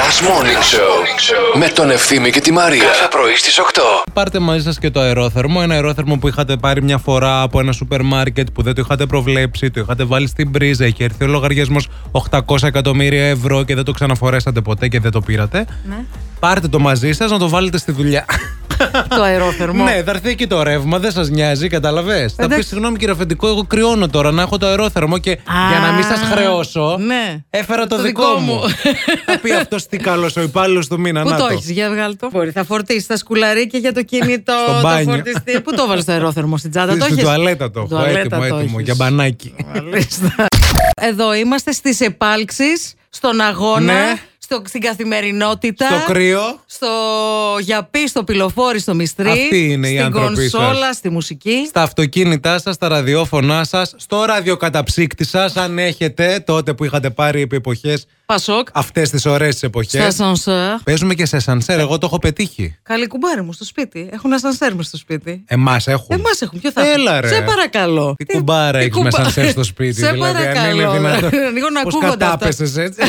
Last Morning Show με τον Ευθύμη και τη Μαρία. Κάθε πρωί στις 8. Πάρτε μαζί σας και το αερόθερμο. Ένα αερόθερμο που είχατε πάρει μια φορά από ένα σούπερ μάρκετ που δεν το είχατε προβλέψει, το είχατε βάλει στην πρίζα. Είχε έρθει ο λογαριασμός 800 εκατομμύρια ευρώ και δεν το ξαναφορέσατε ποτέ και δεν το πήρατε. Ναι. Πάρτε το μαζί σας να το βάλετε στη δουλειά. Το αερόθερμο. ναι, θα έρθει εκεί το ρεύμα, δεν σας νοιάζει, καταλαβέ. Θα πεις Εντάξει. συγγνώμη κύριε Αφεντικό, εγώ κρυώνω τώρα να έχω το αερόθερμο και για να μην σας χρεώσω, ναι. έφερα το, Το δικό, δικό μου. μου. θα πει αυτός τι καλός ο υπάλληλος του μήνα. Πού να το έχεις, για βγάλει το. Μπορεί, θα φορτίσεις τα σκουλαρίκια για το κινητό, Στο το μπάνιο. φορτιστή. Πού το βάλει το αερόθερμο στην τσάντα, Στην το έχεις? τουαλέτα το έχω. Τουαλέτα Έτοιμο, το έτοιμο. έχεις. Για μπανάκι. Μάλιστα. Εδώ είμαστε στις επάλξεις, στον αγώνα, Ναι. στο, στην καθημερινότητα. Στο κρύο. στο γιαπί, στο πυλοφόρι, στο μυστρί. Αυτοί είναι οι στην άνθρωποι σας. κονσόλα, στη μουσική. Στα αυτοκίνητά σας, στα ραδιόφωνά σας, στο ραδιοκαταψύκτη σας, αν έχετε τότε που είχατε πάρει επί εποχές, Πασόκ. αυτές τις ωραίες εποχές. Στα σανσέρ. Παίζουμε και σε σανσέρ, εγώ το έχω πετύχει. Καλή κουμπάρι μου στο σπίτι. Έχουν ασανσέρ μες στο σπίτι. Εμάς έχουν. Εμάς έχουν. Ποιο θα Έλα έχουν. ρε. Σε παρακαλώ. Τι κουμπάρα τι έχεις κουμπά- με σανσέρ στο σπίτι, Σε δηλαδή. Αν παρακαλώ. είναι δυνατόν. Λίγο να Πώς ακούγονται αυτά. κατάπεσες έτσι.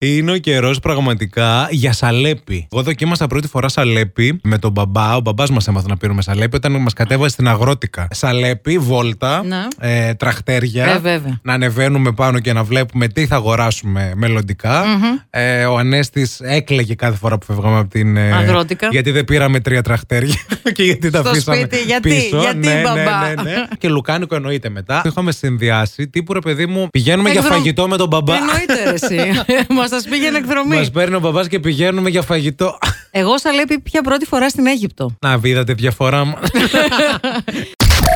Είναι ο καιρός πραγματικά για σαλέπι. Εγώ δοκίμασα πρώτη φορά σαλέπι με τον μπαμπά. Ο μπαμπάς μας έμαθε να πίνουμε σαλέπι όταν μας κατέβασε στην αγρότικα. Σαλέπι, βόλτα, Να. ε, τραχτέρια. Ναι. Ε, βέβαια. να ανεβαίνουμε πάνω και να βλέπουμε τι θα αγοράσουμε μελλοντικά. Ε, ο Ανέστης έκλαιγε κάθε φορά που φεύγαμε από την. ε, Αγρότικα. Γιατί δεν πήραμε τρία τραχτέρια και γιατί τα Στο αφήσαμε σπίτι, γιατί, πίσω. γιατί, ναι, μπαμπά. Ναι, ναι, ναι. και λουκάνικο εννοείται μετά. Το είχαμε συνδυάσει τύπου ρε παιδί μου. Πηγαίνουμε για Εκδρομ- φαγητό με τον μπαμπά. Εννοείται ρε, εσύ. Μα σα πήγαινε εκδρομή. Μας παίρνει ο μπαμπάς και πηγαίνουμε για φαγητό. Εγώ σαλέπι πια πρώτη φορά στην Αίγυπτο. Να βίδατε διαφορά μου.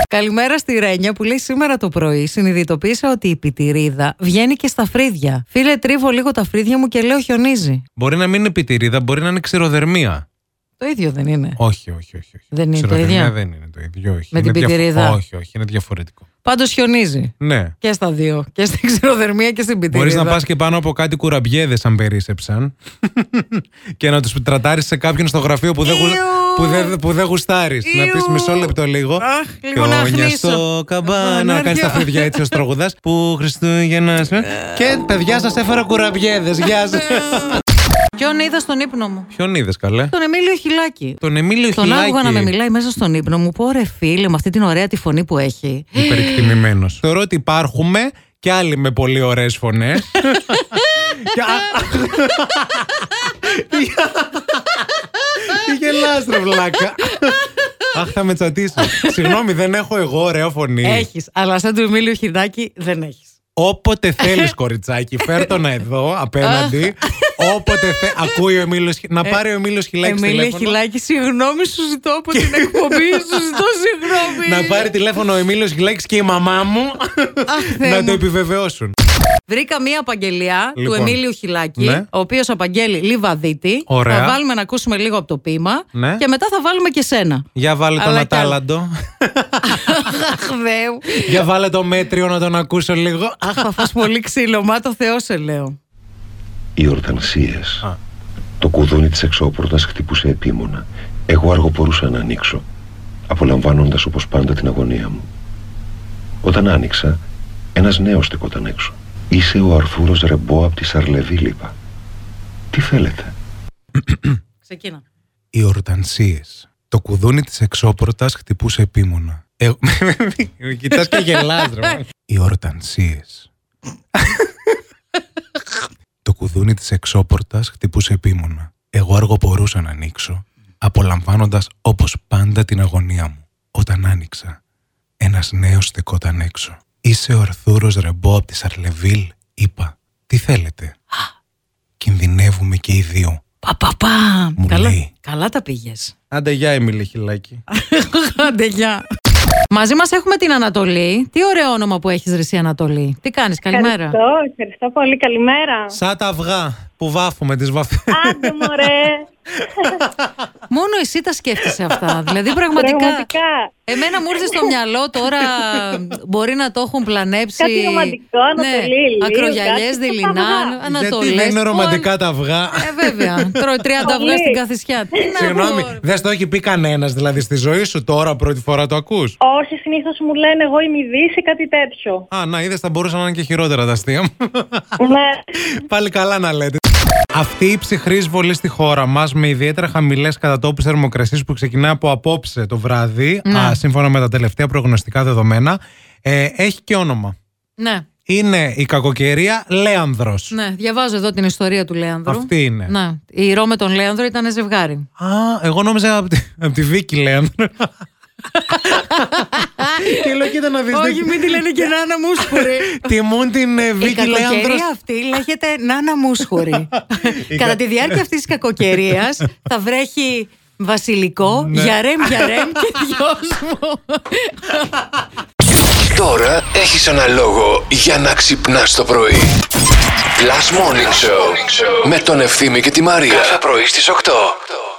Καλημέρα στη Ρένια που λέει σήμερα το πρωί. Συνειδητοποίησα ότι η πιτηρίδα βγαίνει και στα φρύδια. Φίλε, τρίβω λίγο τα φρύδια μου και λέω χιονίζει. μπορεί να μην είναι πιτηρίδα, μπορεί να είναι ξηροδερμία. Το ίδιο δεν είναι. όχι, όχι, όχι. όχι. Δεν είναι το Ξηροδερμία ίδιο? Δεν είναι το ίδιο. Όχι. Με Είναι την διαφο- πιτηρίδα. Όχι, όχι, είναι διαφορετικό. Πάντως χιονίζει. Ναι. Και στα δύο. Και στην ξηροδερμία και στην πιτηρίδα. Μπορείς να πας και πάνω από κάτι κουραμπιέδες, αν περίσεψαν. και να τους τρατάρεις σε κάποιον στο γραφείο που δεν, γου... Ιου. που δεν, που δεν γουστάρεις. Να Ιου. πει μισό λεπτό λίγο. Αχ, λίγο να «Χιόνια αχνίσω». στο καμπά, Α, να να κάνει τα έρθει ο- φρυδιά έτσι ως τρογουδά. Που Χριστούγεννα. σου. και παιδιά, σας έφερα κουραμπιέδες. Γεια σας. Ποιον είδα στον ύπνο μου. Ποιον είδες, καλέ. Τον Εμίλιο Χιλάκη. Τον Εμίλιο Τον Χιλάκη. άκουγα να με μιλάει μέσα στον ύπνο μου. Πω ρε φίλε, με αυτή την ωραία τη φωνή που έχει. Υπερεκτιμημένος. Θεωρώ ότι υπάρχουμε και άλλοι με πολύ ωραίες φωνές. Τι γελάς ρε βλάκα. Αχ, θα με τσατήσεις. Συγγνώμη, δεν έχω εγώ ωραία φωνή. Έχεις, αλλά σαν του Εμίλιο Χιλάκη δεν έχεις. Όποτε θέλεις κοριτσάκι, φέρ το να εδώ, απέναντι. Όποτε θε... Ακούει ο Εμίλιος... Χι- Να πάρει ο Εμίλιος Χιλάκης Ε, Εμίλιο τηλέφωνο. Χιλάκη, συγγνώμη, σου ζητώ από την εκπομπή, σου ζητώ συγγνώμη. Να πάρει τηλέφωνο ο Εμίλιος Χιλάκης και η μαμά μου. Αχ, Θεέ Να μου. το επιβεβαιώσουν. Βρήκα μία απαγγελία Λοιπόν. του Εμίλιου Χιλάκη, Ναι. ο οποίος απαγγέλει Λιβαδίτη. Ωραία. Θα βάλουμε να ακούσουμε λίγο από το ποίημα Ναι. και μετά θα βάλουμε και σένα. Για βάλε τον Αλλά κι άλλο. Ατάλαντο. Αχ, Θεέ μου. Για βάλε το μέτριο να τον ακούσω λίγο. Αχ, θα φας πολύ ξύλο, μα το Θεό σε λέω. Οι ορτανσίες. Α. Το κουδούνι της εξώπορτας χτυπούσε επίμονα. Εγώ αργοπορούσα να ανοίξω, απολαμβάνοντας όπως πάντα την αγωνία μου. Όταν άνοιξα, ένας νέος στεκόταν έξω. Είσαι ο Αρθούρος Ρεμπό από τη Σαρλεβή, είπα. Τι θέλετε. Ξεκίνα. Οι ορτανσίες. Το κουδούνι της εξώπορτας χτυπούσε επίμονα. Εγώ... Κοιτάς και γελάς ρε. Οι ορτανσίες. το κουδούνι της εξώπορτας χτυπούσε επίμονα. Εγώ αργοπορούσα να ανοίξω, απολαμβάνοντας όπως πάντα την αγωνία μου. Όταν άνοιξα, ένας νέος στεκόταν έξω. Είσαι ο Αρθούρος Ρεμπό από τη Σαρλεβίλ, είπα. Τι θέλετε. Κινδυνεύουμε και οι δύο. Παπαπα. Μου Καλά, λέει. καλά τα πήγες. Άντε γεια, Εμίλη Χιλάκη. Άντε, γεια. Μαζί μας έχουμε την Ανατολή. Τι ωραίο όνομα που έχεις, Ρεσί Ανατολή. Τι κάνεις, καλημέρα. Ευχαριστώ, ευχαριστώ πολύ. Καλημέρα. Σαν τα αυγά που βάφουμε τις βαφές. Άντε μωρέ. Μόνο εσύ τα σκέφτεσαι αυτά. δηλαδή, πραγματικά. Πραγματικά. Εμένα μου ήρθε στο μυαλό τώρα. Μπορεί να το έχουν πλανέψει. Κάτι ρομαντικό, Ανατολή, λίγο, Ακρογιαλιέ, κάτι στα δειλινά, αυγά. Ανατολέ. Γιατί δεν είναι ρομαντικά τα αυγά. Ε, βέβαια. Τρώει 30 αυγά Πολύ. στην καθησιά. Τι να Συγγνώμη, πω, ρε. δεν στο έχει πει κανένας δηλαδή στη ζωή σου τώρα πρώτη φορά το ακούς. Όχι, συνήθως μου λένε εγώ είμαι η Δύση, κάτι τέτοιο. Α, να είδες, θα μπορούσαν να είναι και χειρότερα τα αστεία μου. ναι. Πάλι καλά να λέτε. Αυτή η ψυχρή εισβολή στη χώρα μας με ιδιαίτερα χαμηλές κατατόπου θερμοκρασίες που ξεκινά από απόψε το βράδυ, α, σύμφωνα με τα τελευταία προγνωστικά δεδομένα, ε, έχει και όνομα. Ναι. Είναι η κακοκαιρία Λέανδρος. Ναι, διαβάζω εδώ την ιστορία του Λέανδρου. Αυτή είναι. Ναι. Η Ρο με τον Λέανδρο ήταν ζευγάρι. Α, εγώ νόμιζα από τη, απ' τη Βίκη Λέανδρο. και λέω, κοίτα να δεις. Όχι, δεν- μην τη λένε Ναι. και Νάνα Μούσχουρη. Τιμούν την ε, Η Βίκη Λέανδρο. κακοκαιρία αυτή λέγεται Νάνα Μούσχουρη. Κατά τη διάρκεια αυτής της κακοκαιρίας θα βρέχει βασιλικό, γιαρέμ, γιαρέμ και δυο μου. Τώρα έχεις ένα λόγο για να ξυπνάς το πρωί. Last Morning Show με τον Ευθύμη και τη Μαρία. Κάθε πρωί στις 8.